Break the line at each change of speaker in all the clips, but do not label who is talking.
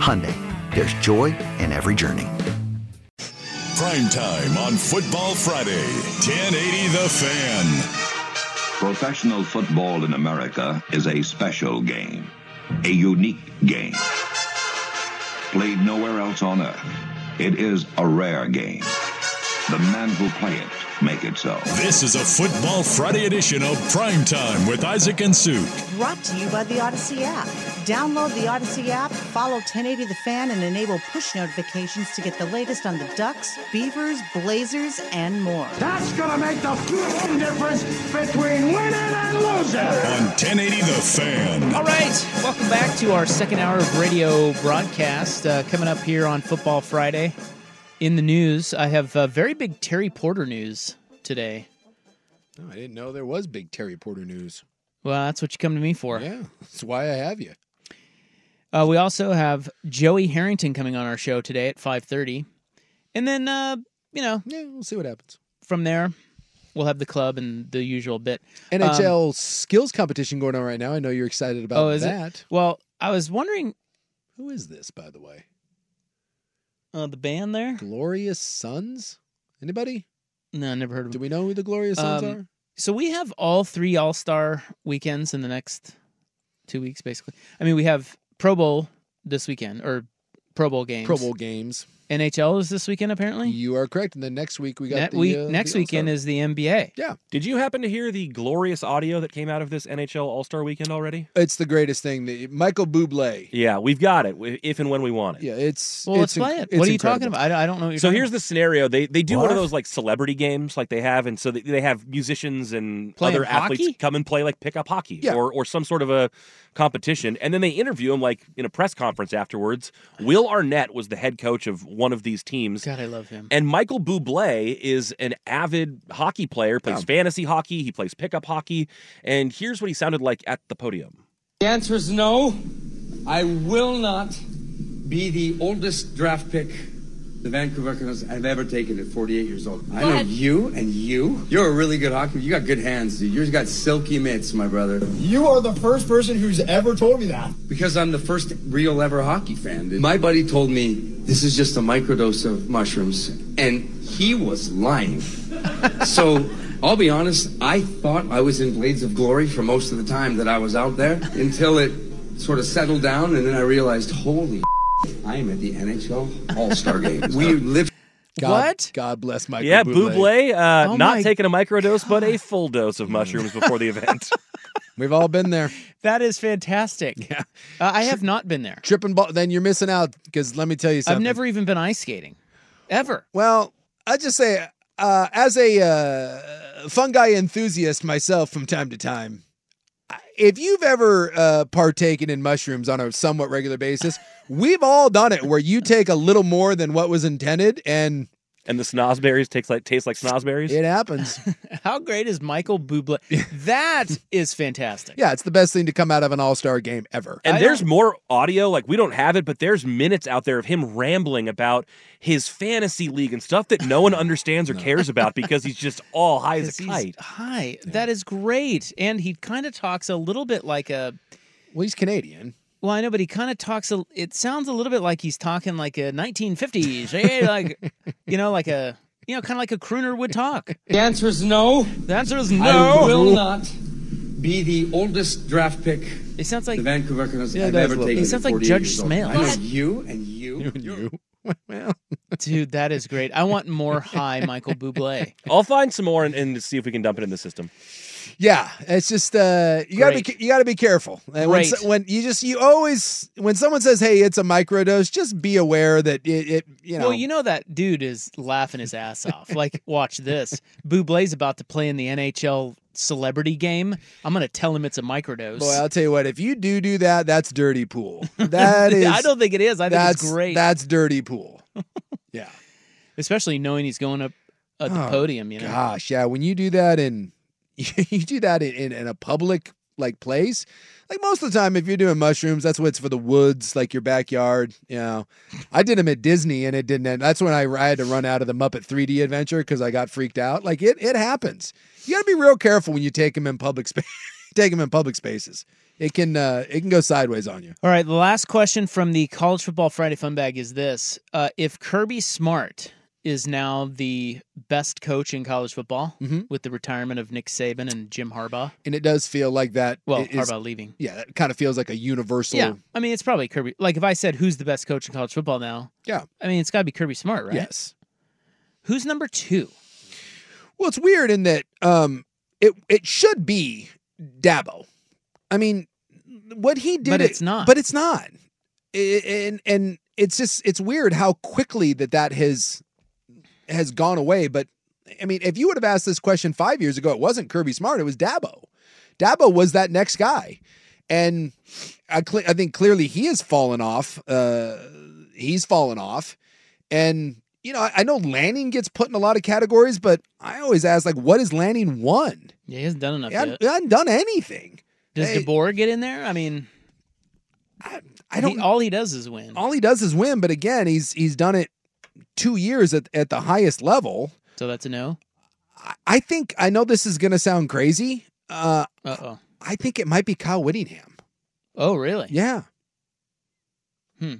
Hyundai, there's joy in every journey.
Prime time on Football Friday. 1080 The Fan.
Professional football in America is a special game, a unique game. Played nowhere else on earth, it is a rare game. The men who play it make it so.
This is a Football Friday edition of Prime Time with Isaac and Sue.
Brought to you by the Odyssey app. Download the Odyssey app, follow 1080 The Fan, and enable push notifications to get the latest on the Ducks, Beavers, Blazers, and more.
That's gonna make the fucking difference between winning and losing.
On 1080 The Fan.
All right, welcome back to our second hour of radio broadcast. Uh, coming up here on Football Friday. In the news, I have uh, very big Terry Porter news today.
No, Oh, I didn't know there was big Terry Porter news.
Well, that's what you come to me for.
Yeah, that's why I have you.
Uh, we also have Joey Harrington coming on our show today at five thirty, and then uh, you know
Yeah, we'll see what happens.
from there we'll have the club and the usual bit. Um,
NHL skills competition going on right now. I know you're excited about
oh, is
that.
it? Well, I was wondering
Who is this, by the way?
uh, the band there.
Glorious Sons? Anybody?
No, never heard of.
Do
them.
we know who the Glorious Sons
Um,
are?
So we have all three All Star weekends in the next two weeks, basically. I mean, we have Pro Bowl this weekend or Pro Bowl games.
Pro Bowl games.
NHL is this weekend apparently.
You are correct. And then next week we got
That
the,
week,
uh,
next
the
weekend
All-Star.
is the NBA.
yeah.
Did you happen to hear the glorious audio that came out of this NHL All Star Weekend already?
It's the greatest thing. The, Michael Bublé.
Yeah, we've got it w- if and when we want it.
Yeah, it's
Well, let's
it's inc-
play it.
it's
What are you
incredible.
talking about? I don't, I don't know. What you're
So
talking
here's
about.
the scenario: they they do one
What?
of those like celebrity games, like they have, and so they, they have musicians and
Playing
other athletes
hockey?
come and play like pickup hockey
Yeah.
or or some sort of a competition, and then they interview them like in a press conference afterwards. Will Arnett was the head coach of one of these teams,
God, I love him.
And Michael Bublé is an avid hockey player, plays fantasy hockey, he plays pickup hockey. And here's what he sounded like at the podium.
The answer is no. I will not be the oldest draft pick the Vancouver Canucks have ever taken at 48 years old. I know you and you. You're a really good hockey. You got good hands. dude. You've got silky mitts, my brother.
You are the first person who's ever told me that.
Because I'm the first real ever hockey fan. dude. My buddy told me this is just a microdose of mushrooms, and he was lying. so I'll be honest, I thought I was in Blades of Glory for most of the time that I was out there until it sort of settled down, and then I realized, holy, I am at the NHL All Star Game. We live.
God,
What?
God bless Michael
yeah,
Bublé.
Bublé, uh,
Oh my
not taking a microdose, but a full dose of mushrooms before the event.
We've all been there.
That is fantastic. Yeah, uh, I have not been there.
Tripping ball. Then you're missing out because let me tell you something.
I've never even been ice skating, ever.
Well, I just say, uh, as a uh, fungi enthusiast myself, from time to time, I- if you've ever uh, partaken in mushrooms on a somewhat regular basis, we've all done it, where you take a little more than what was intended, and
and the snozberries taste like taste like snozberries.
It happens.
How great is Michael Bublé? That is fantastic.
yeah, it's the best thing to come out of an All Star game ever.
And there's more audio. Like we don't have it, but there's minutes out there of him rambling about his fantasy league and stuff that no one understands or cares about because he's just all high as a
He's
kite.
high. That is great. And he kind of talks a little bit like a
Well, he's Canadian.
Well, I know, but he kind of talks. A, it sounds a little bit like he's talking like a 1950s, eh? like you know, like a you know, kind of like a crooner would talk.
The answer is no.
The answer is no.
I will not be the oldest draft pick
It sounds like
the Vancouver Canucks
Yeah, it
I've
does
ever
look-
taken.
It
in
sounds like
48
Judge
years old.
Smale.
I know you and you.
You. well,
dude, that is great. I want more high Michael Bublé.
I'll find some more and, and see if we can dump it in the system.
yeah, it's just uh, you gotta
Great.
be you gotta be careful. And when,
Great.
so- when you just you always when someone says, "Hey, it's a microdose," just be aware that it, it you know.
Well, you know that dude is laughing his ass off. Like, watch this. Bublé's about to play in the NHL celebrity game. I'm gonna tell him it's a microdose.
Boy, I'll tell you what. If you do do that, that's dirty pool. That is.
I don't think it is. I think
that's
it's great,
That's dirty pool. yeah.
especially knowing he's going up at the
Oh,
podium. You know,
Gosh, yeah. When you do that in, you do that in, in, in a public like place, like most of the time, if you're doing mushrooms, that's what's for the woods, like your backyard. You know, I did them at Disney, and it didn't end. That's when I, I had to run out of the Muppet 3D adventure because I got freaked out. Like it, it happens. You got to be real careful when you take them in public space. take them in public spaces. It can, uh, it can go sideways on you.
All right, the last question from the College Football Friday Fun Bag is this: uh, If Kirby Smart is now the best coach in college football
Mhm.
with the retirement of Nick Saban and Jim Harbaugh,
And it does feel like that.
well,
it is-
Harbaugh leaving.
Yeah, that kind of feels like a universal.
yeah, I mean it's probably Kirby. Like if I said who's the best coach in college football now,
Yeah.
I mean it's got to be Kirby Smart, right?
Yes.
Who's number two?
Well, it's weird in that um, it it should be Dabo. I mean, what he did,
But it's not.
But it's not. I- And and it's just it's weird how quickly that that has has gone away. But I mean, if you would have asked this question five years ago, it wasn't Kirby Smart. It was Dabo. Dabo was that next guy, and I cle I think clearly he has fallen off. Uh, he's fallen off. And you know, I, I know Lanning gets put in a lot of categories, but I always ask like, what has Lanning won?
Yeah, he hasn't done enough
He hadn't,
yet.
he hadn't done anything.
Does
Hey.
DeBoer get in there? I mean,
I don't.
he-
all,
all he does is win.
he does is win, but again, he's he's done it two years at at the highest level.
so that's a no.
I, I think I know this is going to sound crazy. Uh,
Uh oh.
I think it might be Kyle Whittingham.
Oh really?
Yeah.
Hmm.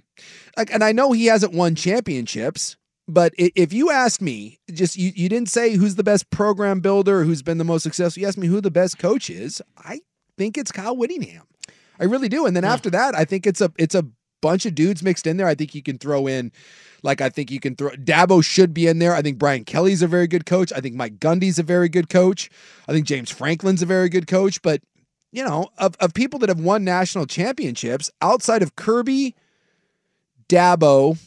Like, and I know he hasn't won championships, but i- if you asked me, just you, you didn't say who's the best program builder, who's been the most successful. You asked me who the best coach is. I think it's Kyle Whittingham. I really do. And then after that, I think it's a it's a bunch of dudes mixed in there. I think you can throw in, like I think you can throw Dabo should be in there. I think Brian Kelly's a very good coach. I think Mike Gundy's a very good coach. I think James Franklin's a very good coach. But you know, of, of people that have won national championships outside of Kirby, Dabo,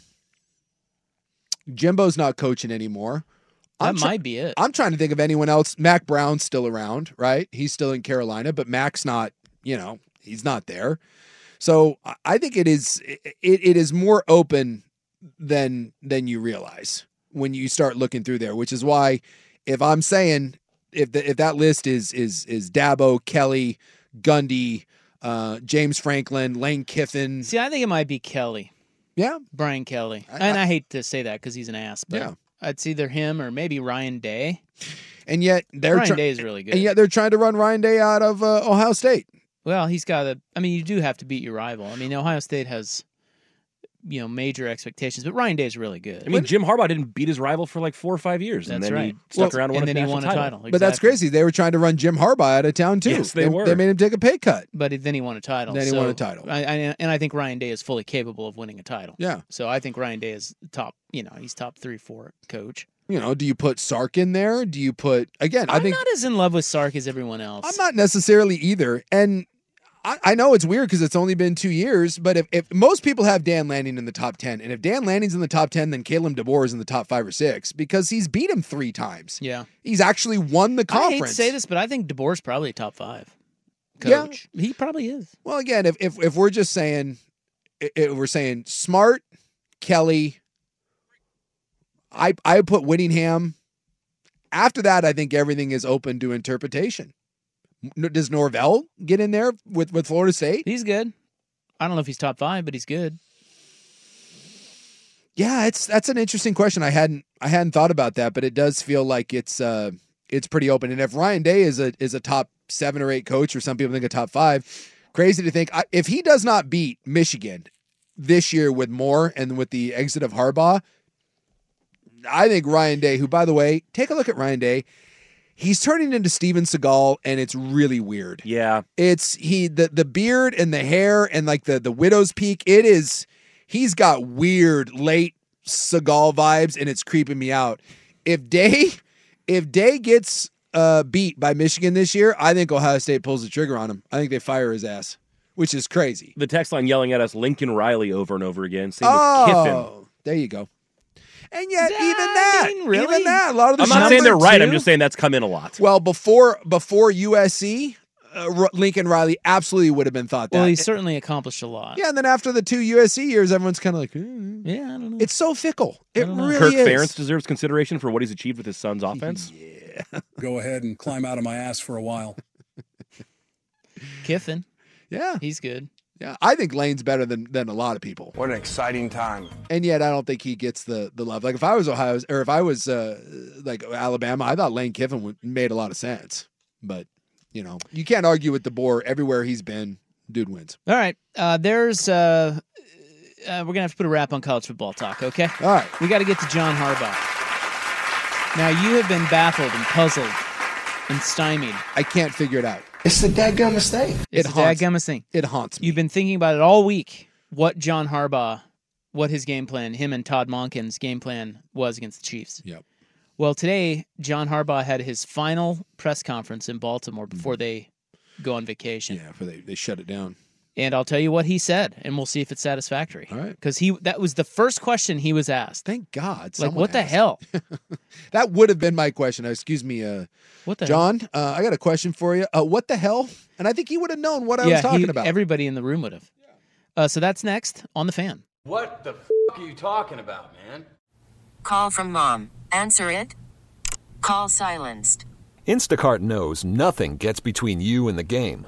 Jimbo's not coaching anymore.
That
I'm try-
might be it.
I'm trying to think of anyone else. Mac Brown's still around, right? He's still in Carolina, but Mac's not, you know, he's not there. So I- I think it is it, it is more open than than you realize when you start looking through there, which is why if I'm saying if the, if that list is is is Dabo, Kelly, Gundy, uh, James Franklin, Lane Kiffin,
See, I think it might be Kelly.
yeah,
Brian Kelly.
I-
and I, hate to say that because he's an ass, but
Yeah.
it's either him or maybe Ryan Day.
and yet they're
Ryan
try-
Day is really good.
and yet they're trying to run Ryan Day out of uh, Ohio State.
well, he's got a. I mean, you do have to beat your rival. I mean, Ohio State has, you know, major expectations, but Ryan Day is really good.
I mean, Jim Harbaugh didn't beat his rival for like four or five years, and
That's
then he
right.
stuck around and
and
won,
then
a,
he
national
won a
title.
title.
But that's
Exactly.
crazy. They were trying to run Jim Harbaugh out of town too.
Yes, they were.
They made him take a pay cut.
But he- then he won a title.
Then he won
so
a title.
I, I, and I think Ryan Day is fully capable of winning a title.
Yeah.
So I think Ryan Day is top. You know, he's top three, four coach.
You know, do you put Sark in there? Do you put again? I
I'm
think
not as in love with Sark as everyone else.
I'm not necessarily either. And I, I know it's weird because it's only been two years, but if, if most people have Dan Lanning in the top 10, and if Dan Lanning's in the top 10, then Caleb DeBoer is in the top five or six because he's beat him three times.
Yeah.
He's actually won the
I hate
conference.
to say this, but I think DeBoer's probably top five.
Yeah.
Coach, he probably is.
Well, again, if, if, if we're just saying, i- if we're saying smart, Kelly, I I put Winningham. After that, I think everything is open to interpretation. N- Does Norvell get in there with with Florida State?
He's good. I don't know if he's top five, but he's good.
Yeah, it's that's an interesting question. I hadn't I hadn't thought about that, but it does feel like it's uh it's pretty open. And if Ryan Day is a is a top seven or eight coach, or some people think a top five, crazy to think I, if he does not beat Michigan this year with Moore and with the exit of Harbaugh, I think Ryan Day, who by the way, take a look at Ryan Day, he's turning into Steven Seagal, and it's really weird.
Yeah.
It's he the the beard and the hair and like the the widow's peak. It is he's got weird late Seagal vibes and it's creeping me out. If Day if Day gets uh, beat by Michigan this year, I think Ohio State pulls the trigger on him. I think they fire his ass, which is crazy.
The text line yelling at us Lincoln Riley over and over again. Same with Kiffin.
Oh, there you go. And yet, even that,
mean, really?
even that, a lot of the
I'm not
shit-
saying they're
number
right.
two?
I'm
Oh.
just saying that's come in a lot.
well before before USC, uh, R- Lincoln Riley absolutely would have been thought that.
Well, he's certainly accomplished a lot.
Yeah, and then after the two USC years, everyone's kind of like, "Eh."
Yeah, I don't know.
it's so fickle. It really
Kirk
is.
Ferentz deserves consideration for what he's achieved with his son's offense.
Go ahead and climb out of my ass for a while.
Kiffin.
Yeah,
He's good.
yeah. I think Lane's better than than a lot of people,
What an exciting time.
and yet I don't think he gets the the love. Like if I was Ohio, or if I was uh, like Alabama, I thought Lane Kiffin would, made a lot of sense. But you know, you can't argue with the boar everywhere he's been. Dude wins.
All right. Uh, there's. Uh, uh, we're gonna have to put a wrap on college football talk. Okay.
All right.
We got to get to John Harbaugh. Now you have been baffled and puzzled and stymied.
I can't figure it out.
It's the dadgum mistake.
It's
It
a
haunts-
dadgummit thing.
It haunts me.
You've been thinking about it all week. What John Harbaugh, what his game plan, him and Todd Monken's game plan was against the Chiefs.
Yep.
Well, today John Harbaugh had his final press conference in Baltimore before they go on vacation.
Mm-hmm. yeah, for they they shut it down.
And I'll tell you what he said, and we'll see if it's satisfactory.
All right.
Because he that was the first question he was asked.
Thank God.
like,
someone
what the
asked.
hell?
That would have been my question. Uh, Excuse me, uh,
What the
John, uh, I got a question for you. Uh, what the hell? And I think he would have known what I
hell? Yeah,
was talking
he-
about.
everybody in the room would have. Uh, so that's next on the fan.
What the f are you talking about, man?
Call from mom. Answer it. Call silenced.
Instacart knows nothing gets between you and the game.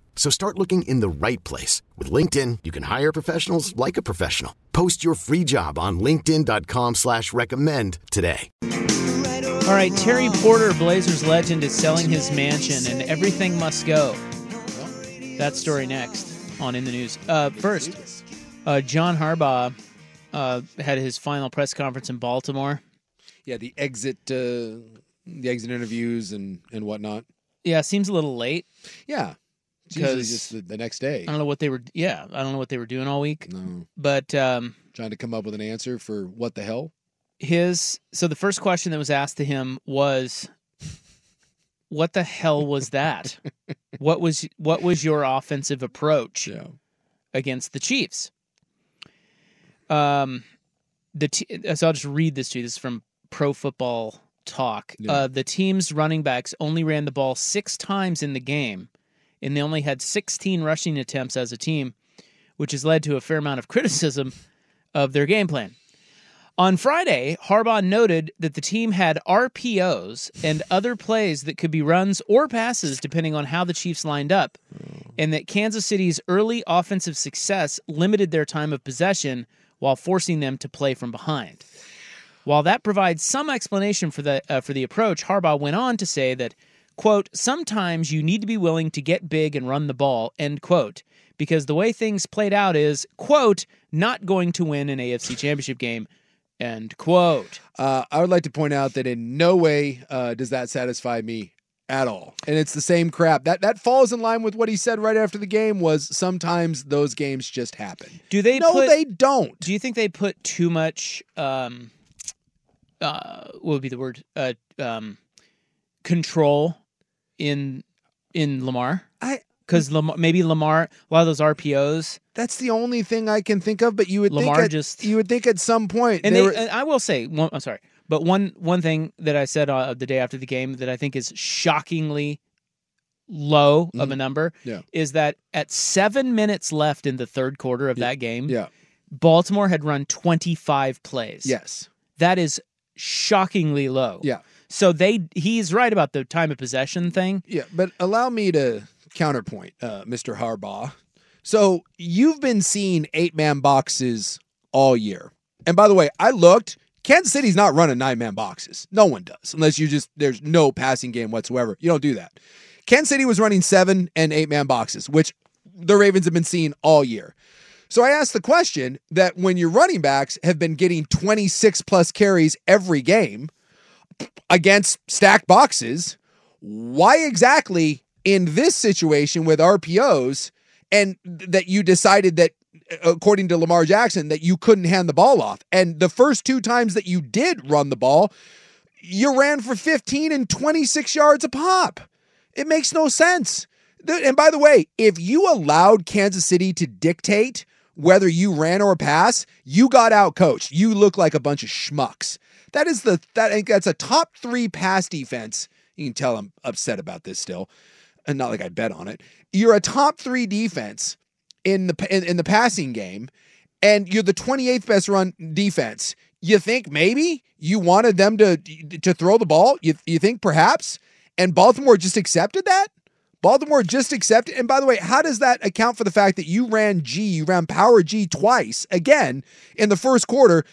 So start looking in the right place. With LinkedIn, you can hire professionals like a professional. Post your free job on linkedin.com/recommend slash recommend today.
All right, Terry Porter, Blazers legend, is selling his mansion, and everything must go. That story next on In the News. Uh, first, uh, John Harbaugh uh, had his final press conference in Baltimore.
yeah, the exit, uh, the exit interviews and and whatnot.
Yeah, seems a little late.
Yeah, it's usually
'Cause-
just the, the next day.
I don't know what they were. Yeah, I don't know what they were doing all week.
No,
But um,
trying to come up with an answer for what the hell.
his so the first question that was asked to him was what the hell was that what was what was your offensive approach against the chiefs um the t- so i'll just read this to you this is from pro football talk
Yeah.
uh, the team's running backs only ran the ball six times in the game and they only had 16 rushing attempts as a team which has led to a fair amount of criticism of their game plan on Friday, Harbaugh noted that the team had RPOs and other plays that could be runs or passes depending on how the Chiefs lined up, and that Kansas City's early offensive success limited their time of possession while forcing them to play from behind. While that provides some explanation for the uh, for the approach, Harbaugh went on to say that quote sometimes you need to be willing to get big and run the ball end quote because the way things played out is quote not going to win an AFC championship game end quote.
Uh, I would like to point out that in no way uh, does that satisfy me at all, and it's the same crap that that falls in line with what he said right after the game. Was sometimes those games just happen.
Do they?
No,
put-
they don't.
Do you think they put too much? Um, uh, what would be the word? Uh, um, control in in Lamar.
I
because Lamar maybe Lamar a lot of those RPOs
That's the only thing I can think of. But you would
Lamar
think at,
just-
you would think at some point
and
they
they.
were-
and I will say one. I'm sorry, but one one thing that I said uh, the day after the game that I think is shockingly low of a number
Mm-hmm. Yeah.
is that at seven minutes left in the third quarter of that game, yeah. Baltimore had run 25 plays.
Yes.
That is shockingly low.
Yeah.
So they he's right about the time of possession thing.
Yeah, but allow me to counterpoint, uh, Mr. Harbaugh. So you've been seeing eight man boxes all year. And by the way, I looked. Kansas City's not running nine man boxes. No one does, unless you just, there's no passing game whatsoever. You don't do that. Kansas City was running seven and eight man boxes, which the Ravens have been seeing all year. So I asked the question that when your running backs have been getting 26 plus carries every game against stacked boxes, why exactly in this situation with RPOs and th- that you decided that uh, according to Lamar Jackson that you couldn't hand the ball off. And the first two times that you did run the ball, you ran for 15 and 26 yards a pop. It makes no sense. Th- And by the way, if you allowed Kansas City to dictate whether you ran or pass, you got out coached. You look like a bunch of schmucks. That is the that I think that's a top three pass defense. You can tell I'm upset about this still, and not like I bet on it. You're a top three defense in the in, in the passing game, and you're the 28th best run defense. You think maybe you wanted them to to throw the ball? You you think perhaps? And Baltimore just accepted that. Baltimore just accepted. And by the way, how does that account for the fact that you ran G, you ran power G twice again in the first quarter,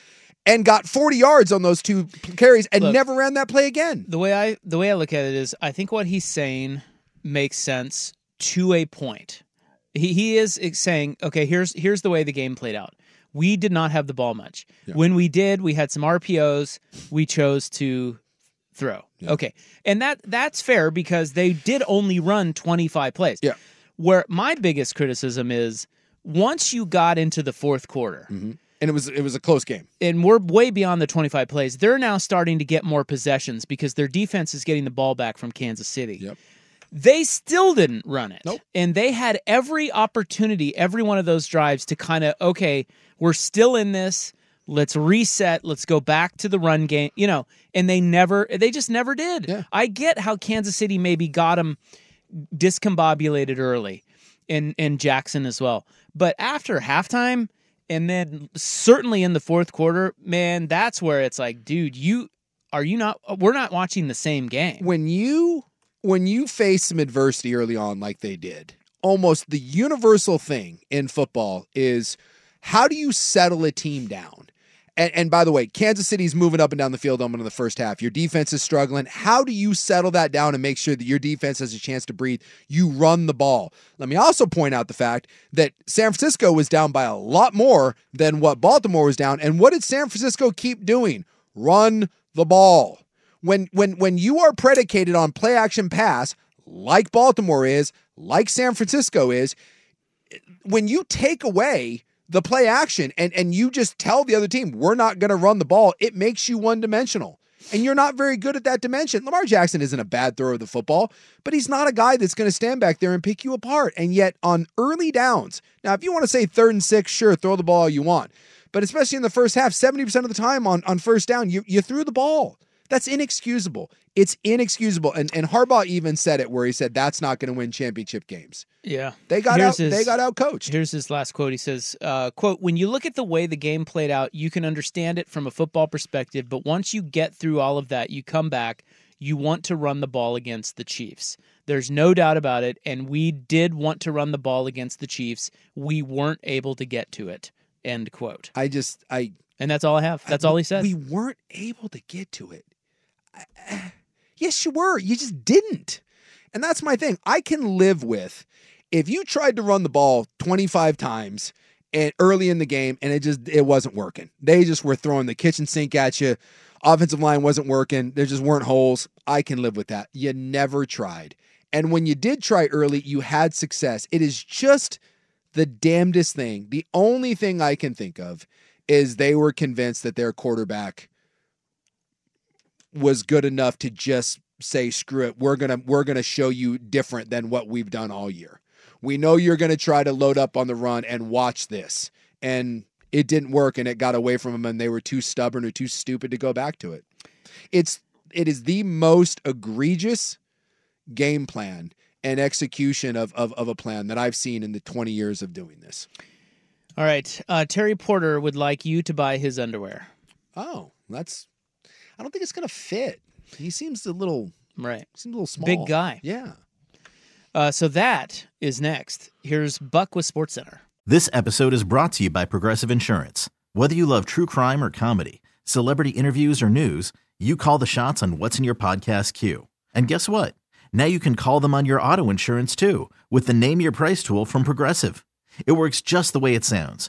and got 40 yards on those two carries and
Look.
never ran that play again?
The way I the way I look at it is I think what he's saying makes sense to a point. He he is saying, okay, here's here's the way the game played out. We did not have the ball much. When we did, we had some RPOs. We chose to throw. Okay. And that that's fair because they did only run 25 plays.
Yeah.
Where my biggest criticism is once you got into the fourth quarter,
Mm-hmm. and it was it was a close game.
And we're way beyond the 25 plays. They're now starting to get more possessions because their defense is getting the ball back from Kansas City. Yep. They still didn't run it. Nope. And they had every opportunity, every one of those drives to kind of, okay, we're still in this. Let's reset. Let's go back to the run game, you know, and they never, they just never did. I get how Kansas City maybe got them discombobulated early in in Jackson as well. But after halftime and then certainly in the fourth quarter, man, that's where it's like, dude, you are you not we're not watching the same game.
When you when you face some adversity early on like they did, almost the universal thing in football is how do you settle a team down? And, and by the way, Kansas City's moving up and down the field on in the first half. Your defense is struggling. How do you settle that down and make sure that your defense has a chance to breathe? You run the ball. Let me also point out the fact that San Francisco was down by a lot more than what Baltimore was down. And what did San Francisco keep doing? Run the ball. When when when you are predicated on play action pass, like Baltimore is, like San Francisco is, when you take away the play action and and you just tell the other team we're not going to run the ball it makes you one dimensional and you're not very good at that dimension lamar jackson isn't a bad thrower of the football but he's not a guy that's going to stand back there and pick you apart and yet on early downs now if you want to say third and six sure throw the ball all you want but especially in the first half 70% of the time on on first down you you threw the ball that's inexcusable. It's inexcusable. And and Harbaugh even said it where he said that's not going to win championship games.
Yeah.
They got
Here's
out
his-
they got out coached.
Here's his last quote. He says, uh, "Quote: When you look at the way the game played out, you can understand it from a football perspective. But once you get through all of that, you come back. You want to run the ball against the Chiefs. There's no doubt about it. And we did want to run the ball against the Chiefs. We weren't able to get to it." End quote.
I just I.
And that's all I have. That's all he said.
We weren't able to get to it. Yes, you were. You just didn't. And that's my thing. I can live with if you tried to run the ball 25 times and early in the game and it just it wasn't working. They just were throwing the kitchen sink at you. Offensive line wasn't working. There just weren't holes. I can live with that. You never tried. And when you did try early, you had success. It is just the damnedest thing. The only thing I can think of is they were convinced that their quarterback was good enough to just say screw it we're going to we're going to show you different than what we've done all year we know you're going to try to load up on the run and watch this and it didn't work and it got away from them and they were too stubborn or too stupid to go back to it it's it is the most egregious game plan and execution of of, of a plan that i've seen in the 20 years of doing this
All right. Uh, Terry Porter would like you to buy his underwear.
oh that's i don't think it's going to fit he seems a little
right
seems a little small
Big guy.
yeah
Uh, so that is next. Here's Buck with Sports Center.
This episode is brought to you by Progressive Insurance. Whether you love true crime or comedy, celebrity interviews or news, you call the shots on what's in your podcast queue. And guess what? Now you can call them on your auto insurance too with the Name Your Price tool from Progressive. It works just the way it sounds.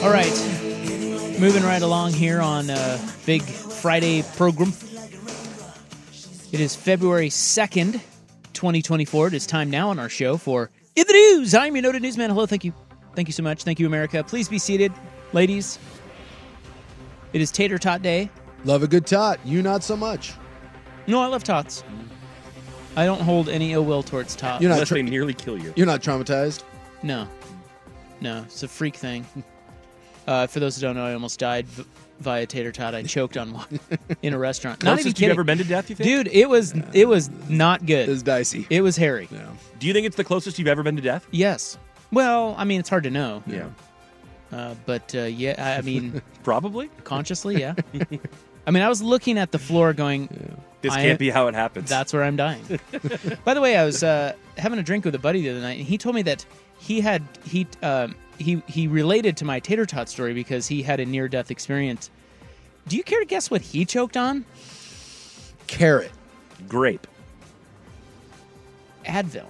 All right, moving right along here on uh, Big Friday program. It is February 2nd, 2024. It is time now on our show for In the News. I'm your noted newsman. Hello, thank you. Thank you so much. Thank you, America. Please be seated. Ladies, it is Tater Tot Day.
Love a good tot. You not so much.
No, I love tots. I don't hold any ill will towards tots.
You're not Unless tra-
they nearly kill you.
You're not traumatized.
No, no, it's a freak thing. Uh, for those who don't know, I almost died v- via tater tot. I choked on one in a restaurant. Not
Closest
even
you've
kidding.
ever been to death, you think?
dude? It was it was not good. It was
dicey.
It was hairy.
Do you think it's the closest you've ever been to death?
Yes. Well, I mean, it's hard to know.
Yeah.
Uh, but uh, yeah, I- I mean,
probably
consciously, yeah. I mean, I was looking at the floor, going,
This
"I-
can't be how it happens.
That's where I'm dying. By the way, I was uh, having a drink with a buddy the other night, and he told me that he had he um, he he related to my tater tot story because he had a near death experience. Do you care to guess what he choked on?
Carrot,
grape,
Advil.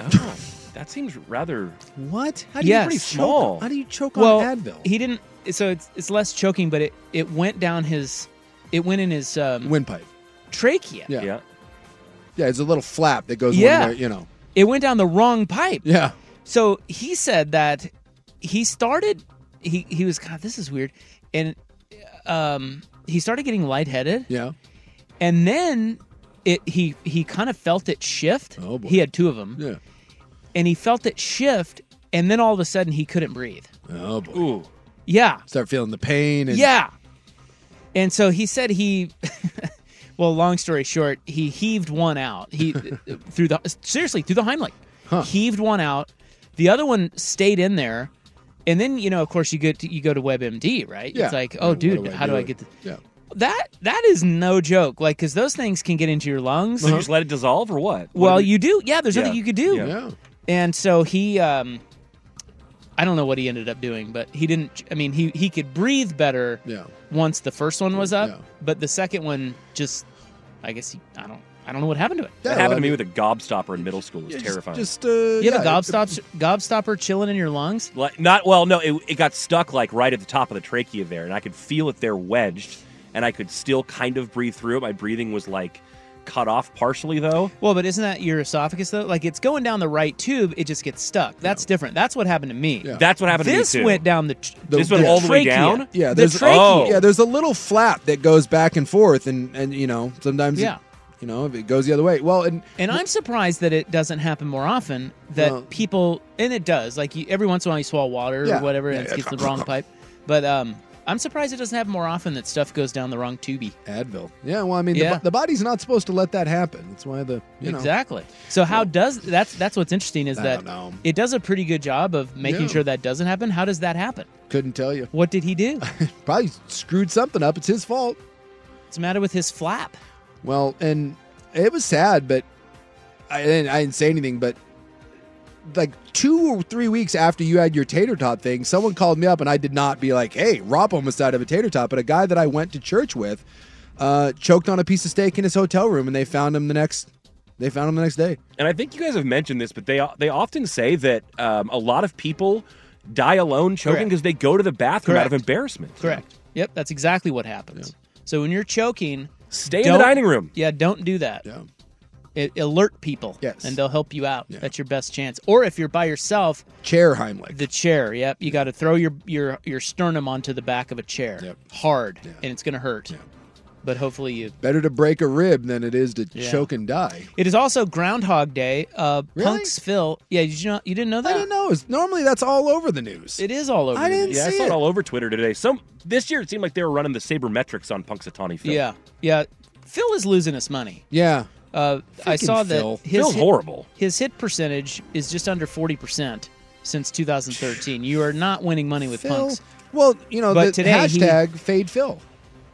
Oh, that seems rather.
What?
How do you- pretty small.
how do you choke
well,
on Advil?
He didn't. So it's it's less choking, but it it went down his, it went in his um,
windpipe,
trachea.
Yeah. yeah. it's a little flap that goes
Yeah.
one way, you know.
It went down the wrong pipe.
Yeah.
So he said that he started. He he was God. This is weird. And um, he started getting lightheaded.
Yeah.
And then it he he kind of felt it shift. Oh boy. He had two of them.
Yeah.
And he felt it shift, and then all of a sudden he couldn't breathe.
Oh boy.
Ooh.
Yeah.
Start feeling the pain and
Yeah. And so he said he Well, long story short, he heaved one out. He through the seriously through the Heimlich, heaved one out. The other one stayed in there, and then you know, of course, you get to, you go to WebMD, right?
Yeah.
It's like, oh,
What do
dude,
I
how do
do?
I get the
Yeah.
that? That is no joke. Like, because those things can get into your lungs.
So you just let it dissolve or what?
Well,
What do
you do. Yeah, there's
Yeah.
nothing you could do.
Yeah. Yeah.
And so he, um, I don't know what he ended up doing, but he didn't. I mean, he he could breathe better.
Yeah.
Once the first one was up, but the second one just, I guess he, I don't, I don't know what happened to it.
That happened to me with a gobstopper in middle school. It was terrifying.
you have a gobstopper, gobstopper chilling in your lungs.
like not well no it, it got stuck like right at the top of the trachea there and i could feel it there wedged and i could still kind of breathe through it my breathing was like cut off partially though
Well, but isn't that your esophagus though? Like it's going down the right tube, it just gets stuck. That's different. That's what happened to me.
That's what happened to me,
This
too.
went down the. tr-
This went all the way
trachea.
down?
Yeah,
the
there's Oh.
trachea.
yeah, there's a little flap that goes back and forth, and and you know sometimes it-
Yeah.
you know if it goes the other way. Well, and
And I'm surprised that it doesn't happen more often. That
Well-
people, and it does. Like you, every once in a while, you swallow water
Yeah.
or whatever,
Yeah,
and
yeah.
it gets the wrong pipe. But um, I'm surprised it doesn't happen more often that stuff goes down the wrong tubey.
Advil. yeah, well, I mean,
Yeah.
the, bo- the body's not supposed to let that happen. That's why the you know,
exactly. So how does that's that's what's interesting is
I
that
don't know.
it does a pretty good job of making
Yeah.
sure that doesn't happen. How does that happen?
Couldn't tell you.
What did he do?
Probably screwed something up. It's his fault.
What's the matter with his flap?
Well, and it was sad, but I didn't, I didn't say anything. But like two or three weeks after you had your tater tot thing, someone called me up, and I did not be like, "Hey, Rob almost died of a tater tot." But a guy that I went to church with uh, choked on a piece of steak in his hotel room, and they found him the next. They found him the next day.
and i think you guys have mentioned this but they they often say that um, a lot of people die alone choking
Correct.
because they go to the bathroom out of
Correct.
embarrassment
Correct. Yep, that's exactly what happens. So when you're choking,
stay in the dining room.
Yeah, don't do that. Yeah. It, alert people. Yes. And they'll help you out. That's your best chance. Or if you're by yourself,
chair Heimlich.
The chair. Yep. You got to throw your your your sternum onto the back of a chair. Yep. Hard, and it's going to hurt. But hopefully you
Better to break a rib than it is to
Yeah.
choke and die.
It is also Groundhog Day. Uh, Punksville. Yeah, did you know you didn't know that? I didn't
know. It's, normally that's all over the news.
It is all over. the news.
yeah i saw it. all over twitter today some this year it seemed like they were running the sabermetrics on punxsutawney phil
Yeah, yeah. Phil is losing us money.
Yeah.
Uh, I
Freaking
saw
Phil.
that his
Phil's
hit,
horrible.
His hit percentage is just under forty percent since 2013. you are not winning money with
Phil.
punks.
Well, you know,
But
the
today he-
hashtag fade Phil.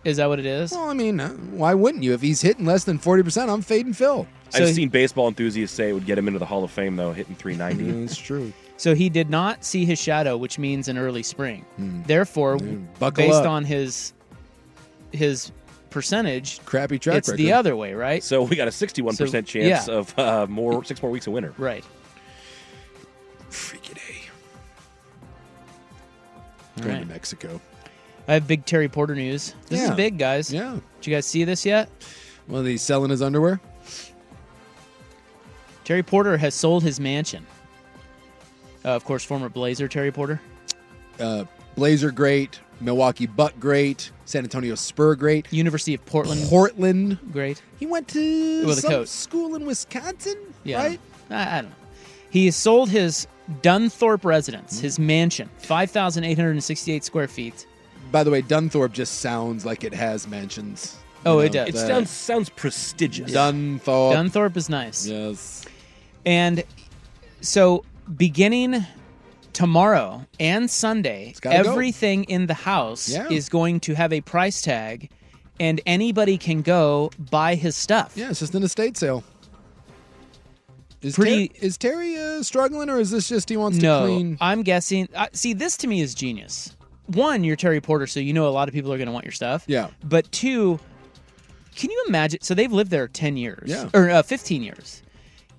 Is that what it is?
Well, I mean, uh, why wouldn't you? If he's hitting less than 40%, I'm fading Phil.
I've seen baseball enthusiasts say it would get him into the Hall of Fame though, hitting 390.
That's true.
So he did not see his shadow, which means an early spring. Therefore,
Hmm. buckle
based
up.
on his his percentage,
crappy
track
it's the
record.
other way, right?
So we got a 61%
So,
chance
yeah.
of uh, more six more weeks of winter.
Right. Freaking A.
Going to Mexico.
I have big Terry Porter news. This is
Yeah.
big, guys. Yeah. Did you guys see this yet?
Well, he's selling his underwear.
Terry Porter has sold his mansion. Uh, of course, former Blazer Terry Porter.
Uh, Blazer great, Milwaukee Buck great, San Antonio Spur great,
University of Portland.
Portland
Great.
He went to
With a
some
coat.
school in Wisconsin,
Yeah.
right?
I, I don't know. He has sold his Dunthorpe residence,
Hmm.
his mansion, 5,868 square feet.
By the way, Dunthorpe just sounds like it has mansions.
Oh,
You
it
know,
does.
the-
sounds prestigious.
Dunthorpe.
Dunthorpe is nice.
Yes.
And so beginning tomorrow and Sunday,
gotta go.
everything in the house
Yeah.
is going to have a price tag and anybody can go buy his stuff.
Yeah, it's just an estate sale. Is
Pretty-
Ter- is Terry uh, struggling, or is this just he wants
no,
to clean?
I'm guessing. I see, this to me is genius. One, you're Terry Porter, so you know a lot of people are going to want your stuff.
Yeah.
But two, can you imagine? So they've lived there 10 years
Yeah.
or uh, 15 years,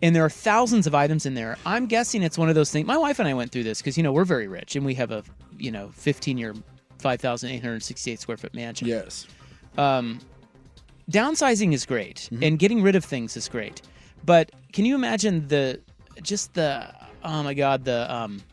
and there are thousands of items in there. I'm guessing it's one of those things. My wife and I went through this because, you know, we're very rich and we have a, you know, 15 year, 5,868 square foot mansion.
Yes.
Um, downsizing is great
Mm-hmm.
and getting rid of things is great but can you imagine the just the oh my god the um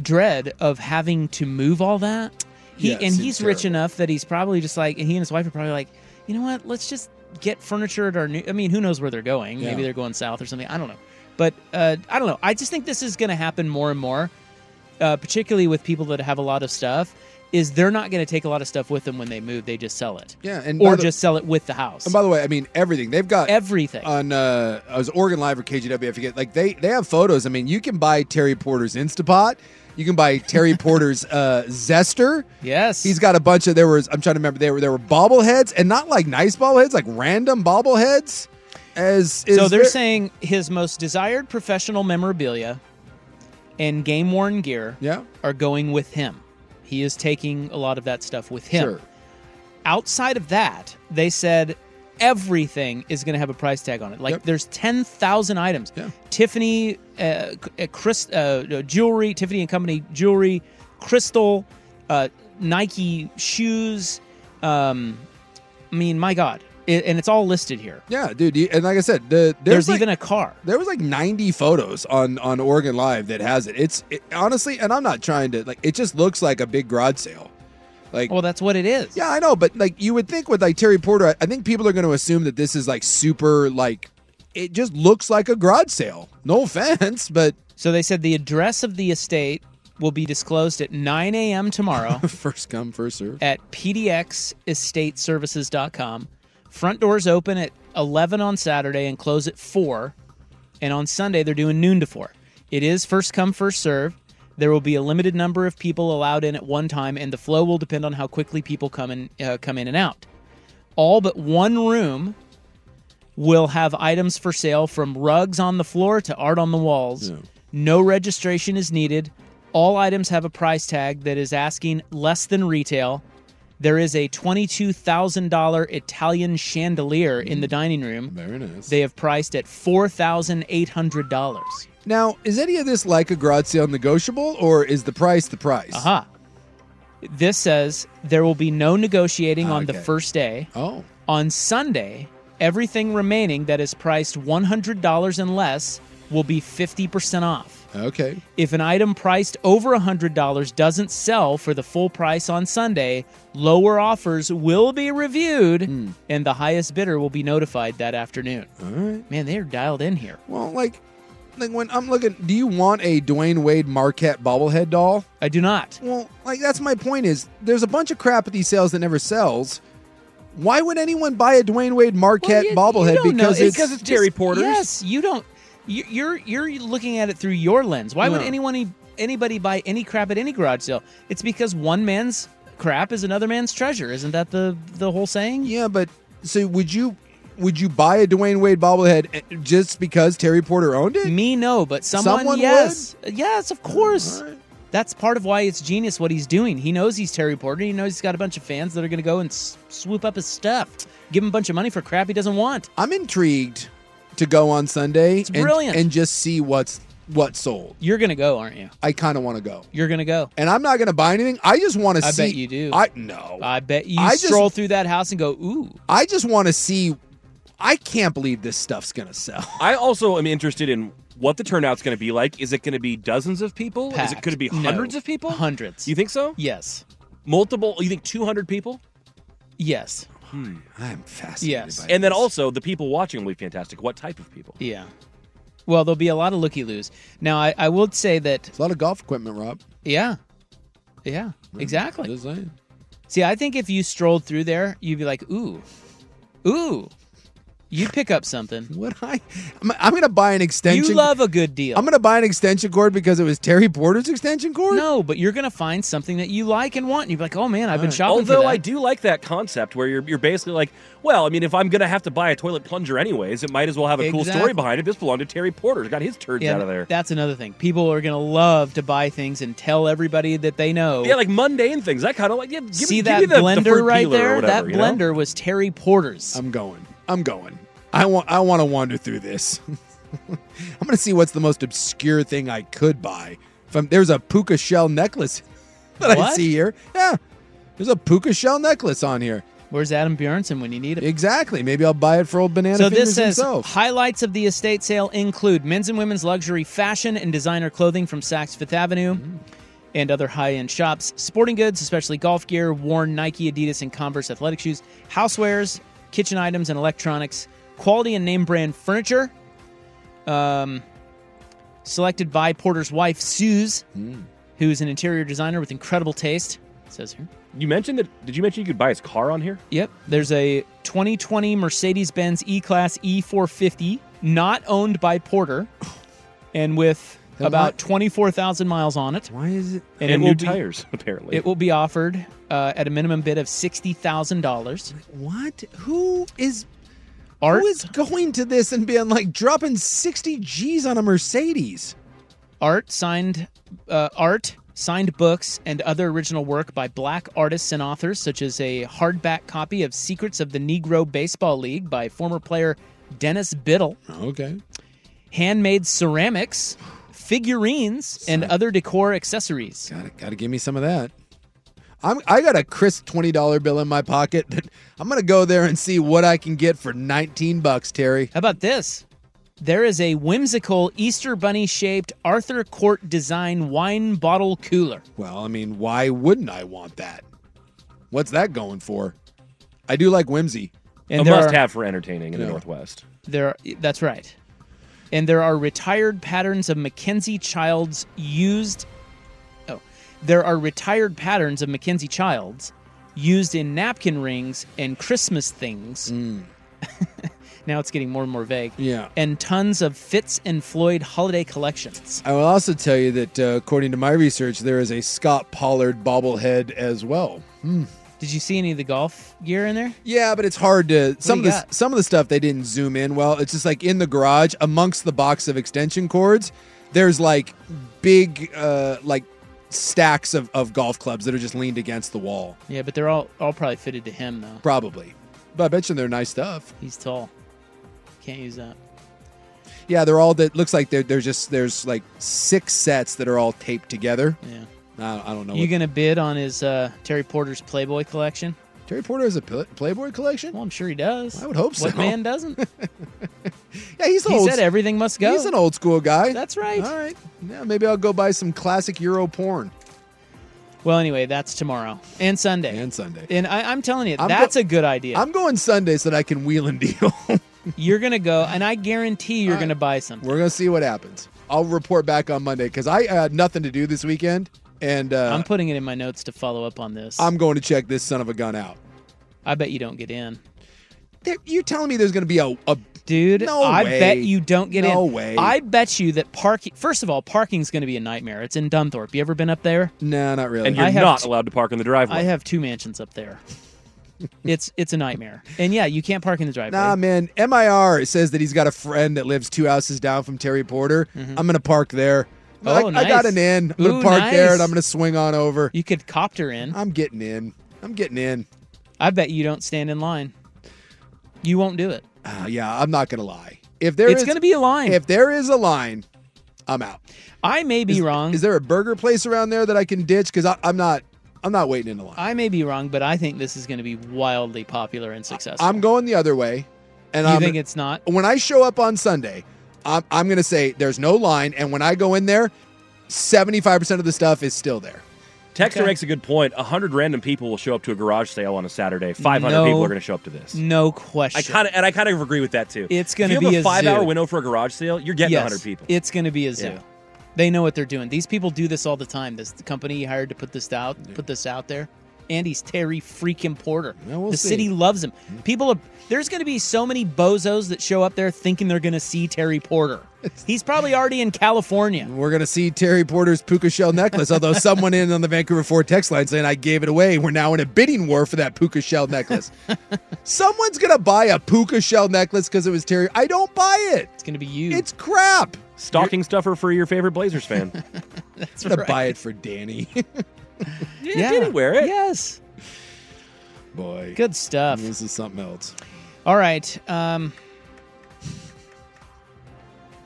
dread of having to move all that he
Yes,
and
it's
he's rich
terrible.
enough that he's probably just like and he and his wife are probably like you know what let's just get furniture at our new i mean who knows where they're going
Yeah.
maybe they're going south or something i don't know but uh, i don't know i just think this is going to happen more and more uh, particularly with people that have a lot of stuff is they're not going to take a lot of stuff with them when they move. They just sell it.
Yeah, and by
or
the-
just sell it with the house.
And by the way, I mean everything they've got
everything
on. Uh, I was Oregon Live or KGW. I forget. Like they they have photos. I mean, you can buy Terry Porter's Instapot. You can buy Terry Porter's uh, Zester.
Yes,
he's got a bunch of. There was I'm trying to remember. There were there were bobbleheads, and not like nice bobbleheads, like random bobbleheads. As is
so they're
ver-
saying his most desired professional memorabilia and game worn gear are going with him. He is taking a lot of that stuff with him.
Sure.
Outside of that, they said everything is going to have a price tag on it. Like there's 10,000 items. Tiffany uh, c- uh, Chris, uh, jewelry, Tiffany and Company jewelry, crystal, uh, Nike shoes, um, I mean, my God. It, and it's all listed here.
Yeah, dude. you- And like I said, the
There's,
there's, like-
even a car.
There was like 90 photos on on Oregon Live that has it. It's it, honestly, and I'm not trying to like. It just looks like a big garage sale. Like,
well, that's what it is.
Yeah, I know, but like you would think with like Terry Porter, I, I think people are going to assume that this is like super like. It just looks like a garage sale. No offense, but
so they said the address of the estate will be disclosed at 9 a.m. tomorrow.
first come, first serve.
at pdxestateservices.com. Front doors open at 11 on Saturday and close at 4. And on Sunday, they're doing noon to 4. It is first come, first serve. There will be a limited number of people allowed in at one time, and the flow will depend on how quickly people come in, uh, come in and out. All but one room will have items for sale from rugs on the floor to art on the walls. No registration is needed. All items have a price tag that is asking less than retail. There is a $22,000 Italian chandelier in the dining room.
Very nice.
They have priced at $4,800.
Now, is any of this like a garage sale negotiable, or is the price the price?
Aha. This says there will be no negotiating on the
Ah, Okay.
first day.
Oh.
On Sunday, everything remaining that is priced $100 and less will be 50% off.
Okay.
If an item priced over $100 doesn't sell for the full price on Sunday, lower offers will be reviewed and the highest bidder will be notified that afternoon.
Hmm. All right.
Man, they are dialed in here.
Well, like, like when I'm looking, do you want a Dwayne Wade Marquette bobblehead doll?
I do not.
Well, like that's my point. Is there's a bunch of crap at these sales that never sells. Why would anyone buy a Dwayne Wade Marquette bobblehead?
You don't know.
because, it's,
just- Yes, you don't. you- You're you're looking at it through your lens. Why would
No.
anyone e, anybody buy any crap at any garage sale? It's because one man's crap is another man's treasure. Isn't that the the whole saying?
Yeah, but so would you would you buy a Dwayne Wade bobblehead eh, just because Terry Porter owned it?
Me no, but someone,
Someone
yes, yes, of course. That's part of why it's genius what he's doing. He knows he's Terry Porter. He knows he's got a bunch of fans that are going to go and s- swoop up his stuff, give him a bunch of money for crap he doesn't want.
I'm intrigued to go on Sunday. and,
brilliant.
and just see what's what sold.
You're gonna go, aren't you?
I kind of want to go.
You're gonna go,
and I'm not gonna buy anything. I just want to
I
see.
bet you do.
I no.
I bet you
I just-
stroll through that house and go, ooh.
I just want to see. I can't believe this stuff's gonna sell.
I also am interested in what the turnout's going to be like. Is it going to be dozens of people? Is it
Packed.
going to be
No.
hundreds of people?
Hundreds.
You think so?
Yes.
Multiple? You think 200 people?
Yes.
I'm Hmm, fascinated.
Yes.
And then also the people watching will be fantastic. What type of people?
Yeah. Well, there'll be a lot of looky loos. Now, I, I will say that.
a lot of golf equipment, Rob.
Yeah. Yeah. Exactly. See, I think if you strolled through there, you'd be like, ooh, ooh. You'd pick up something.
What I. I'm, I'm gonna buy an extension.
You love a good deal.
I'm gonna buy an extension cord because it was Terry Porter's extension cord.
No, but you're gonna find something that you like and want, and you'd be like, "Oh man, I've been
Alright.
shopping
Although
for that."
I do like that concept where you're you're basically like, well, I mean, if I'm gonna have to buy a toilet plunger anyways, it might as well have a cool
Exactly.
story behind it. This belonged to Terry Porter. Got his turds
yeah,
out of there.
That's another thing. People are gonna love to buy things and tell everybody that they know.
Yeah, like mundane things. I kind of like. Yeah, give,
See
me-
that
give me the,
blender
the fruit
right
peeler or
there?
Whatever,
that
you know?
blender was Terry Porter's.
I'm going. I'm going. I want. I want to wander through this. I'm gonna see what's the most obscure thing I could buy. If I'm, there's a puka shell necklace that I
What?
see here. Yeah, there's a puka shell necklace on here.
Where's Adam Bjornson when you need it?
Exactly. Maybe I'll buy it for old banana.
So this
Fingers
says
himself.
highlights of the estate sale include men's and women's luxury fashion and designer clothing from Saks Fifth Avenue
Mm-hmm.
and other high-end shops, sporting goods, especially golf gear, worn Nike, Adidas, and Converse athletic shoes, housewares, kitchen items, and electronics, quality and name brand furniture, um,
Mm.
selected by Porter's wife Suze, who is an interior designer with incredible taste. It says here.
You mentioned that. Did you mention you could buy his car on here?
Yep. There's a 2020 Mercedes Benz E Class E450, not owned by Porter, and with
Then
about
why-
24,000 miles on it. Why
is it?
And, new tires, apparently.
It will be offered uh, at a minimum bid of $60,000.
What? Who is
Art?
who is going to this and being like dropping sixty G's on a Mercedes?
Art signed uh, art signed books and other original work by black artists and authors such as a hardback copy of Secrets of the Negro Baseball League by former player Dennis Biddle.
Okay.
Handmade ceramics, figurines and other decor accessories.
Got it. Got to give me some of that. I'm, I got a crisp twenty dollar bill in my pocket. That I'm gonna go there and see what I can get for nineteen bucks, Terry.
How about this? There is a whimsical Easter bunny shaped Arthur Court design wine bottle cooler.
Well, I mean, why wouldn't I want that? What's that going for? I do like whimsy.
And A there must are- have
for entertaining
in the
Northwest.
There that's right. And there are retired patterns of Mackenzie Childs used Oh, there are retired patterns of Mackenzie Childs used in napkin rings and Christmas things. now it's getting more and more vague.
Mm. Yeah.
And tons of Fitz and Floyd holiday collections.
I will also tell you that, uh, according to my research, there is a Scott Pollard bobblehead as well.
Did you see any of the golf gear in there?
Yeah, but it's hard to some of
do you
the
got?
some of the stuff they didn't zoom in well. It's just like in the garage amongst the box of extension cords. There's like big uh like stacks of, of golf clubs that are just leaned against the wall.
Yeah, but they're all all probably fitted to him though.
Probably. But I bet you they're nice stuff.
He's tall. Can't use that.
Yeah, they're all that looks like they're, they're just there's like six sets that are all taped together.
Yeah.
I, I don't know.
You
what-
gonna bid on his uh, Terry Porter's Playboy collection?
Terry Porter has a pl- Playboy collection?
Well, I'm sure he does.
I would hope so.
What man doesn't?
yeah, he's an
he
old
said everything must go.
He's an old school guy.
That's right.
All right. Now maybe I'll go buy some classic Euro porn.
Well, anyway, that's tomorrow and Sunday.
And Sunday.
And I, I'm telling you,
I'm
that's
go-
a good idea.
I'm going Sunday so that I can wheel and deal.
You're gonna go, and I guarantee you're gonna buy something.
We're gonna see what happens. I'll report back on Monday because I had nothing to do this weekend, and uh,
I'm putting it in my notes to follow up on this.
I'm going to check this son of a gun out.
I bet you don't get in,
There- You're telling me there's gonna be a, a
dude.
No
I
way.
bet you don't get in.
No way.
I bet you that parking. First of all, parking's gonna be a nightmare. It's in Dunthorpe. You ever been up there?
no, not really.
And you're
I have
not
t-
allowed to park in the driveway.
I have two mansions up there. it's it's a nightmare. And yeah, you can't park in the driveway.
Nah, man. MIR says that he's got a friend that lives two houses down from Terry Porter. I'm gonna park there. I'm
Oh,
like, I got
nice.
an in. I'm gonna
Ooh,
park there,
nice.
and I'm gonna swing on over.
You could copter in.
I'm getting in. I'm getting in.
I bet you don't stand in line. You won't do it.
Uh, yeah, I'm not gonna lie. If there
it's
is-
going to be a line.
if there is a line, I'm out.
I may be wrong.
Is there a burger place around there that I can ditch? Because I'm not, I'm not waiting in the line.
I may be wrong, but I think this is going to be wildly popular and successful.
I'm going the other way, and
you
I'm
think it's not?
when I show up on Sunday, I'm, I'm gonna say there's no line, and when I go in there, 75 percent of the stuff is still there.
Texter makes a good point. A hundred random people will show up to a garage sale on a Saturday. Five hundred
No.
people are going to show up to this.
No
I
question.
kind of and I kind of agree with that too.
It's gonna
If you
be
have
a
a five-hour
zoo.
window for a garage sale. You're getting a
Yes,
hundred people.
It's going to be a zoo.
Yeah.
They know what they're doing. These people do this all the time. This the company you hired to put this out, put this out there. Andy's Terry freaking Porter.
Yeah, we'll
the
see.
city loves him.
Mm-hmm.
People are there's going to be so many bozos that show up there thinking they're going to see Terry Porter. He's probably already in California.
We're gonna see Terry Porter's puka shell necklace. although someone in on the Vancouver Ford text line saying I gave it away. We're now in a bidding war for that puka shell necklace. Someone's gonna buy a puka shell necklace because it was Terry. I don't buy it.
It's going to be you.
It's crap.
Stocking stuffer for your favorite Blazers fan.
That's
I'm gonna
right.
buy it for Danny.
yeah, Danny, wear it.
Yes.
Boy,
Good stuff.
this is something else.
All right. Um,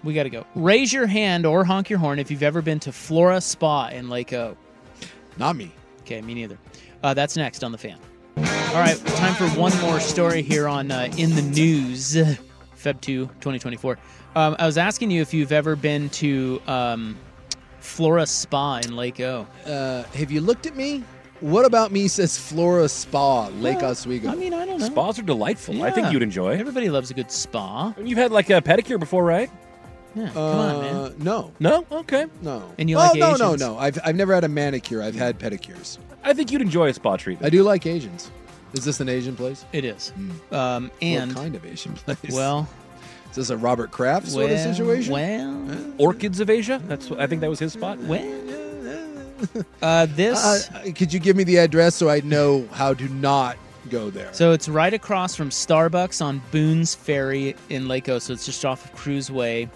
we got to go. Raise your hand or honk your horn if you've ever been to Flora Spa in Lake O.
Not me.
Okay, me neither. Uh, that's next on the fan. All right, time for one more story here on uh, In the News, Feb 2, 2024. Um, I was asking you if you've ever been to um, Flora Spa in Lake O.
Uh, have you looked at me? What about me says Flora Spa, Lake Oswego?
I mean, I don't know.
Spas are delightful. I think
Yeah.
you'd enjoy.
Everybody loves a good spa.
And You've had like a pedicure before, right?
Yeah, come on, man.
Uh, No.
No? Okay.
No.
And you
oh,
like
no, no,
Asians.
no. I've, I've never had a manicure. I've had pedicures.
I think you'd enjoy a spa treatment.
I do like Asians. Is this an Asian place?
It is. Um, and
Hmm. what kind of Asian place?
Well,
is this a Robert Kraft sort of
well,
situation?
Well,
Orchids of Asia. That's what- I think that was his spot.
Well, uh, this.
Uh, could you give me the address so I know how to not go there?
So it's right across from Starbucks on Boone's Ferry in Laco. So it's just off of Cruise Way.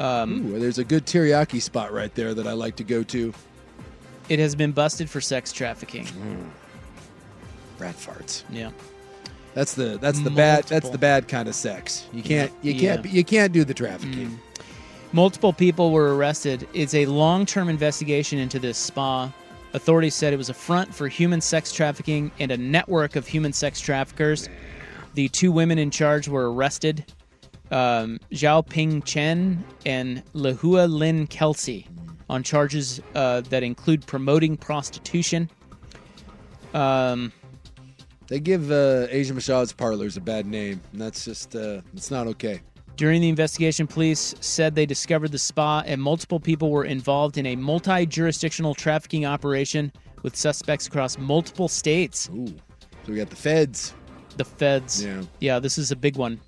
Um,
Ooh, there's a good teriyaki spot right there that I like to go to.
It has been busted for sex trafficking.
Rat farts.
Yeah.
That's the that's the bad that's
Multiple.
the bad kind of sex. You can't you can't
Yeah.
you can't do the trafficking.
Multiple people were arrested. It's a long term investigation into this spa. Authorities said it was a front for human sex trafficking and a network of human sex traffickers. The two women in charge were arrested um, Zhao Ping Chen and Lahua Lynn Kelsey on charges uh, that include promoting prostitution. Um,
They give uh, Asian massage parlors a bad name, and that's just uh, it's not okay.
During the investigation, police said they discovered the spa and multiple people were involved in a multi jurisdictional trafficking operation with suspects across multiple states.
Ooh. So we got the feds.
The feds.
Yeah.
this is a big one.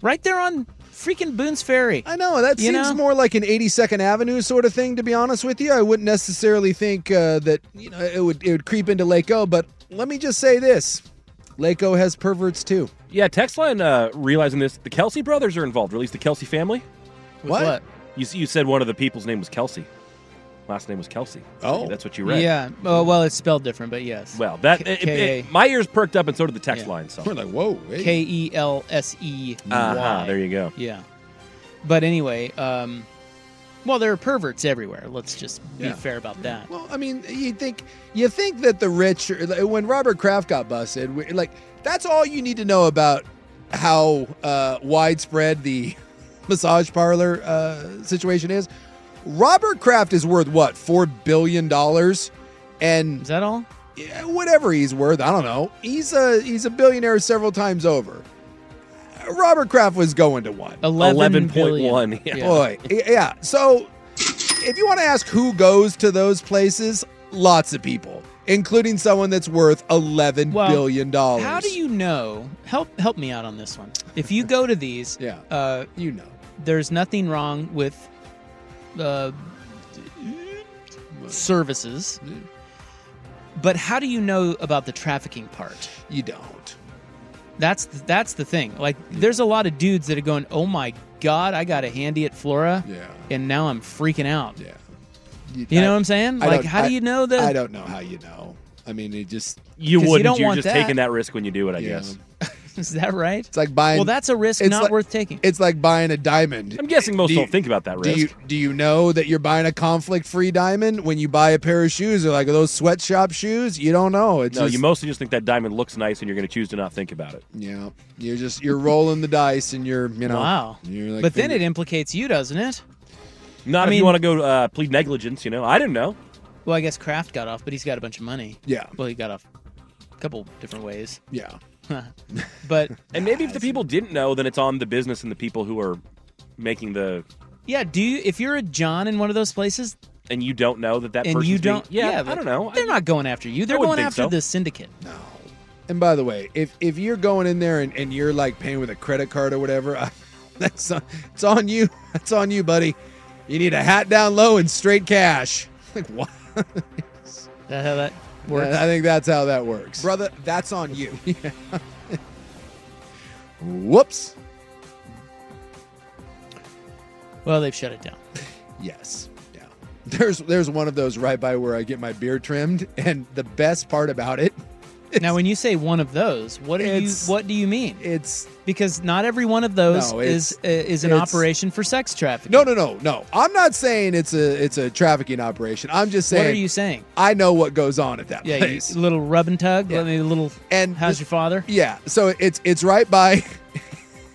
Right there on freaking Boone's Ferry.
I know that
You
seems
know?
more like an 82nd Avenue sort of thing. To be honest with you, I wouldn't necessarily think uh, that you know it would it would creep into Lako. But let me just say this: Lako has perverts too.
Yeah, text line uh, realizing this. The Kelsey brothers are involved, or at least the Kelsey family.
With What? what?
You, s- you said one of the people's name was Kelsey. Last name was Kelsey. Oh. That's what you read.
Yeah. Oh, well, it's spelled different, but yes.
Well, that
K-
it- it- my ears perked up, and so did the text line. So
We're like, whoa, hey.
K E L S E
Uh-huh,
Y.
there you go.
Yeah. But anyway, um, well, there are perverts everywhere. Let's just be
Yeah.
fair about that.
Well, I mean, you think you think that the rich, when Robert Kraft got busted, we- like that's all you need to know about how uh, widespread the massage parlor uh, situation is. Robert Kraft is worth what four billion dollars, and is
that all?
whatever he's worth, I don't know. He's a he's a billionaire several times over. Robert Kraft was going to one.
11 billion. 11.1, yeah.
Boy, y- yeah. So if you want to ask who goes to those places, lots of people, including someone that's worth eleven billion dollars.
How do you know? Help help me out on this one. If you go to these,
yeah,
uh,
you know,
there's nothing wrong with uh, services, but how do you know about the trafficking part?
You don't.
That's th- that's the thing. Like, there's a lot of dudes that are going, "Oh my god, I got a handy at Flora,"
Yeah.
and now I'm freaking out. Yeah,
you,
know what I'm saying?
I
like,
don't-
how
I-
do you know that?
I don't know how you know. I mean, it just
You
'Cause you
wouldn't.
don't
are
want
just
that.
taking that risk when you do it, I guess.
Is that right?
It's like buying.
Well, that's a risk
it's
not
like-
worth taking.
It's like buying a diamond.
I'm guessing most
Do
do
you-
not think about that
Do
risk.
you do you know that you're buying a conflict-free diamond when you buy a pair of shoes? Or like are those sweatshop shoes? You don't know. It's
no,
just,
you mostly just think that diamond looks nice, and you're going to choose to not think about it.
Yeah, you're just you're rolling the dice, and you're you know.
wow.
You're like
but then it implicates you, doesn't it?
Not
I
if
mean-
you want to go uh, plead negligence. You know, I didn't know.
Well, I guess Kraft got off, but he's got a bunch of money.
Yeah.
Well, he got off a couple different ways.
Yeah.
but
and maybe if the people didn't know, then it's on the business and the people who are making the
Yeah, do you if you're a John in one of those places
and you don't know that that
and
person's
you don't
being- yeah, I
but
don't know.
They're not going after you. They're
wouldn't
going
think
after
so.
the syndicate.
And by the way, if if you're going in there and, and you're like paying with a credit card or whatever, I, that's on, it's on you. That's on you, buddy. You need a hat down low and straight cash. Like what?
That how that works?
I think that's how that works, brother. That's on you. Whoops.
Well, they've shut it down.
Yes. Yeah. There's there's one of those right by where I get my beard trimmed, and the best part about it
now, when you say one of those, what do you
It's-
what do you mean?
It's
because not every one of those
No, it's-
is uh, is an
it's-
operation for sex trafficking.
No, no, no, no. I'm not saying it's a it's a trafficking operation. I'm just
What
saying.
are you saying?
I know what goes on at that
Yeah, you,
place.
little rub and tug,
Yeah.
maybe a little.
And
how's
this-
your father?
yeah, so it's it's right by.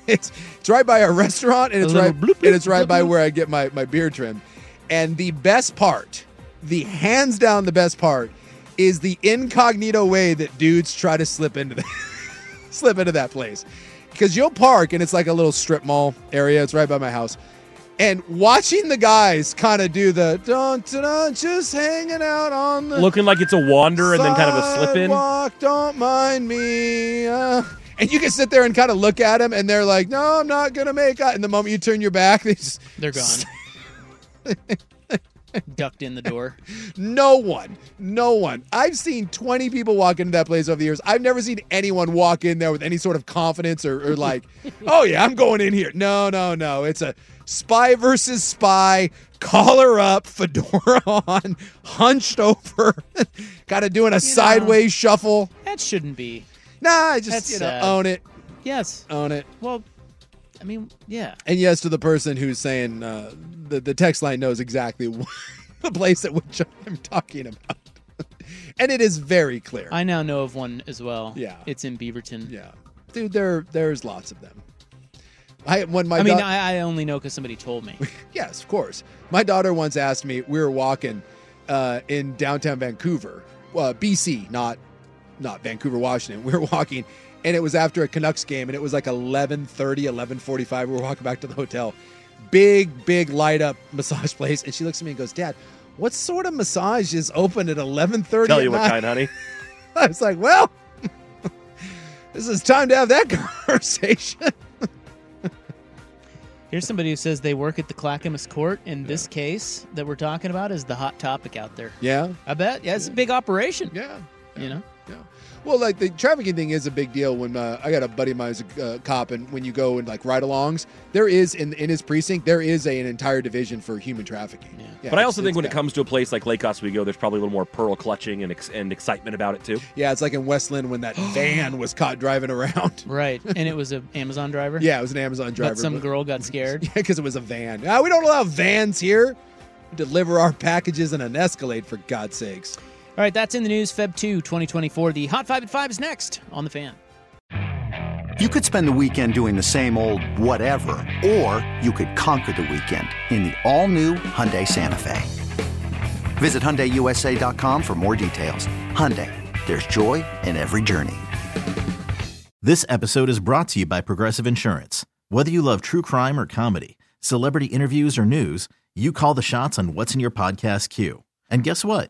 It's, it's right by a restaurant and
A
it's
little
right and it's right by where I get my, my beard trimmed. And the best part, the hands down the best part, is the incognito way that dudes try to slip into the slip into that place. Because you'll park and it's like a little strip mall area. It's right by my house. And watching the guys kind of do the dun, dun, dun, just hanging out on the
Looking like it's a wander and then kind of a slip in.
Sidewalk, don't mind me. uh. and you can sit there and kind of look at them, and they're like, "No, I'm not gonna make it." And the moment you turn your back, they just
They're gone. Ducked in the door.
No one, no one. I've seen 20 people walk into that place over the years. I've never seen anyone walk in there with any sort of confidence or, or like, "Oh yeah, I'm going in here." No, no, no. It's a spy versus spy. Collar up, fedora on, hunched over, kind of doing a sideways shuffle.
That shouldn't be.
Nah, just
That's
you know,
sad.
own it,
Yes.
own it.
Well, I mean, yeah.
And yes, to the person who's saying uh, the the text line knows exactly the place at which I'm talking about, and it is very clear.
I now know of one as well.
Yeah.
It's in Beaverton.
Yeah. Dude, there there's lots of them. I when my
I mean,
da-
I, I only know because somebody told me.
yes, of course. My daughter once asked me. We were walking uh, in downtown Vancouver, uh, BC, not not Vancouver, Washington. We were walking, and it was after a Canucks game, and it was like 11:30, 11:45. We were walking back to the hotel. Big, big light up massage place, and she looks at me and goes, "Dad, what sort of massage is open at 11:30?"
Tell
at
you what
night?"
kind, honey.
I was like, well, this is time to have that conversation.
Here's somebody who says they work at the Clackamas court, and this case that we're talking about is the hot topic out there.
Yeah.
I bet. Yeah, it's a big operation.
Yeah.
You know?
Well, like the trafficking thing is a big deal. When uh, I got a buddy of mine who's a uh, cop, and when you go and like ride-alongs, there is in in his precinct there is a, an entire division for human trafficking. Yeah.
but I
it's-
also
it's
think when it
bad.
comes to a place like Lake Oswego, there's probably a little more pearl clutching and, ex- and excitement about it too.
yeah, it's like in Westland when that van was caught driving around.
Right. And it was an Amazon driver.
Yeah, it was an Amazon driver.
But some
but-
girl got scared.
Yeah, because it was a van. Ah, we don't allow vans here. We deliver our packages in an Escalade, for God's sakes.
All right, that's in the news. Feb 2, 2024. The Hot 5 at 5 is next on the fan.
You could spend the weekend doing the same old whatever, or you could conquer the weekend in the all-new Hyundai Santa Fe. Visit HyundaiUSA.com for more details. Hyundai, there's joy in every journey.
This episode is brought to you by Progressive Insurance. Whether you love true crime or comedy, celebrity interviews or news, you call the shots on what's in your podcast queue. And guess what?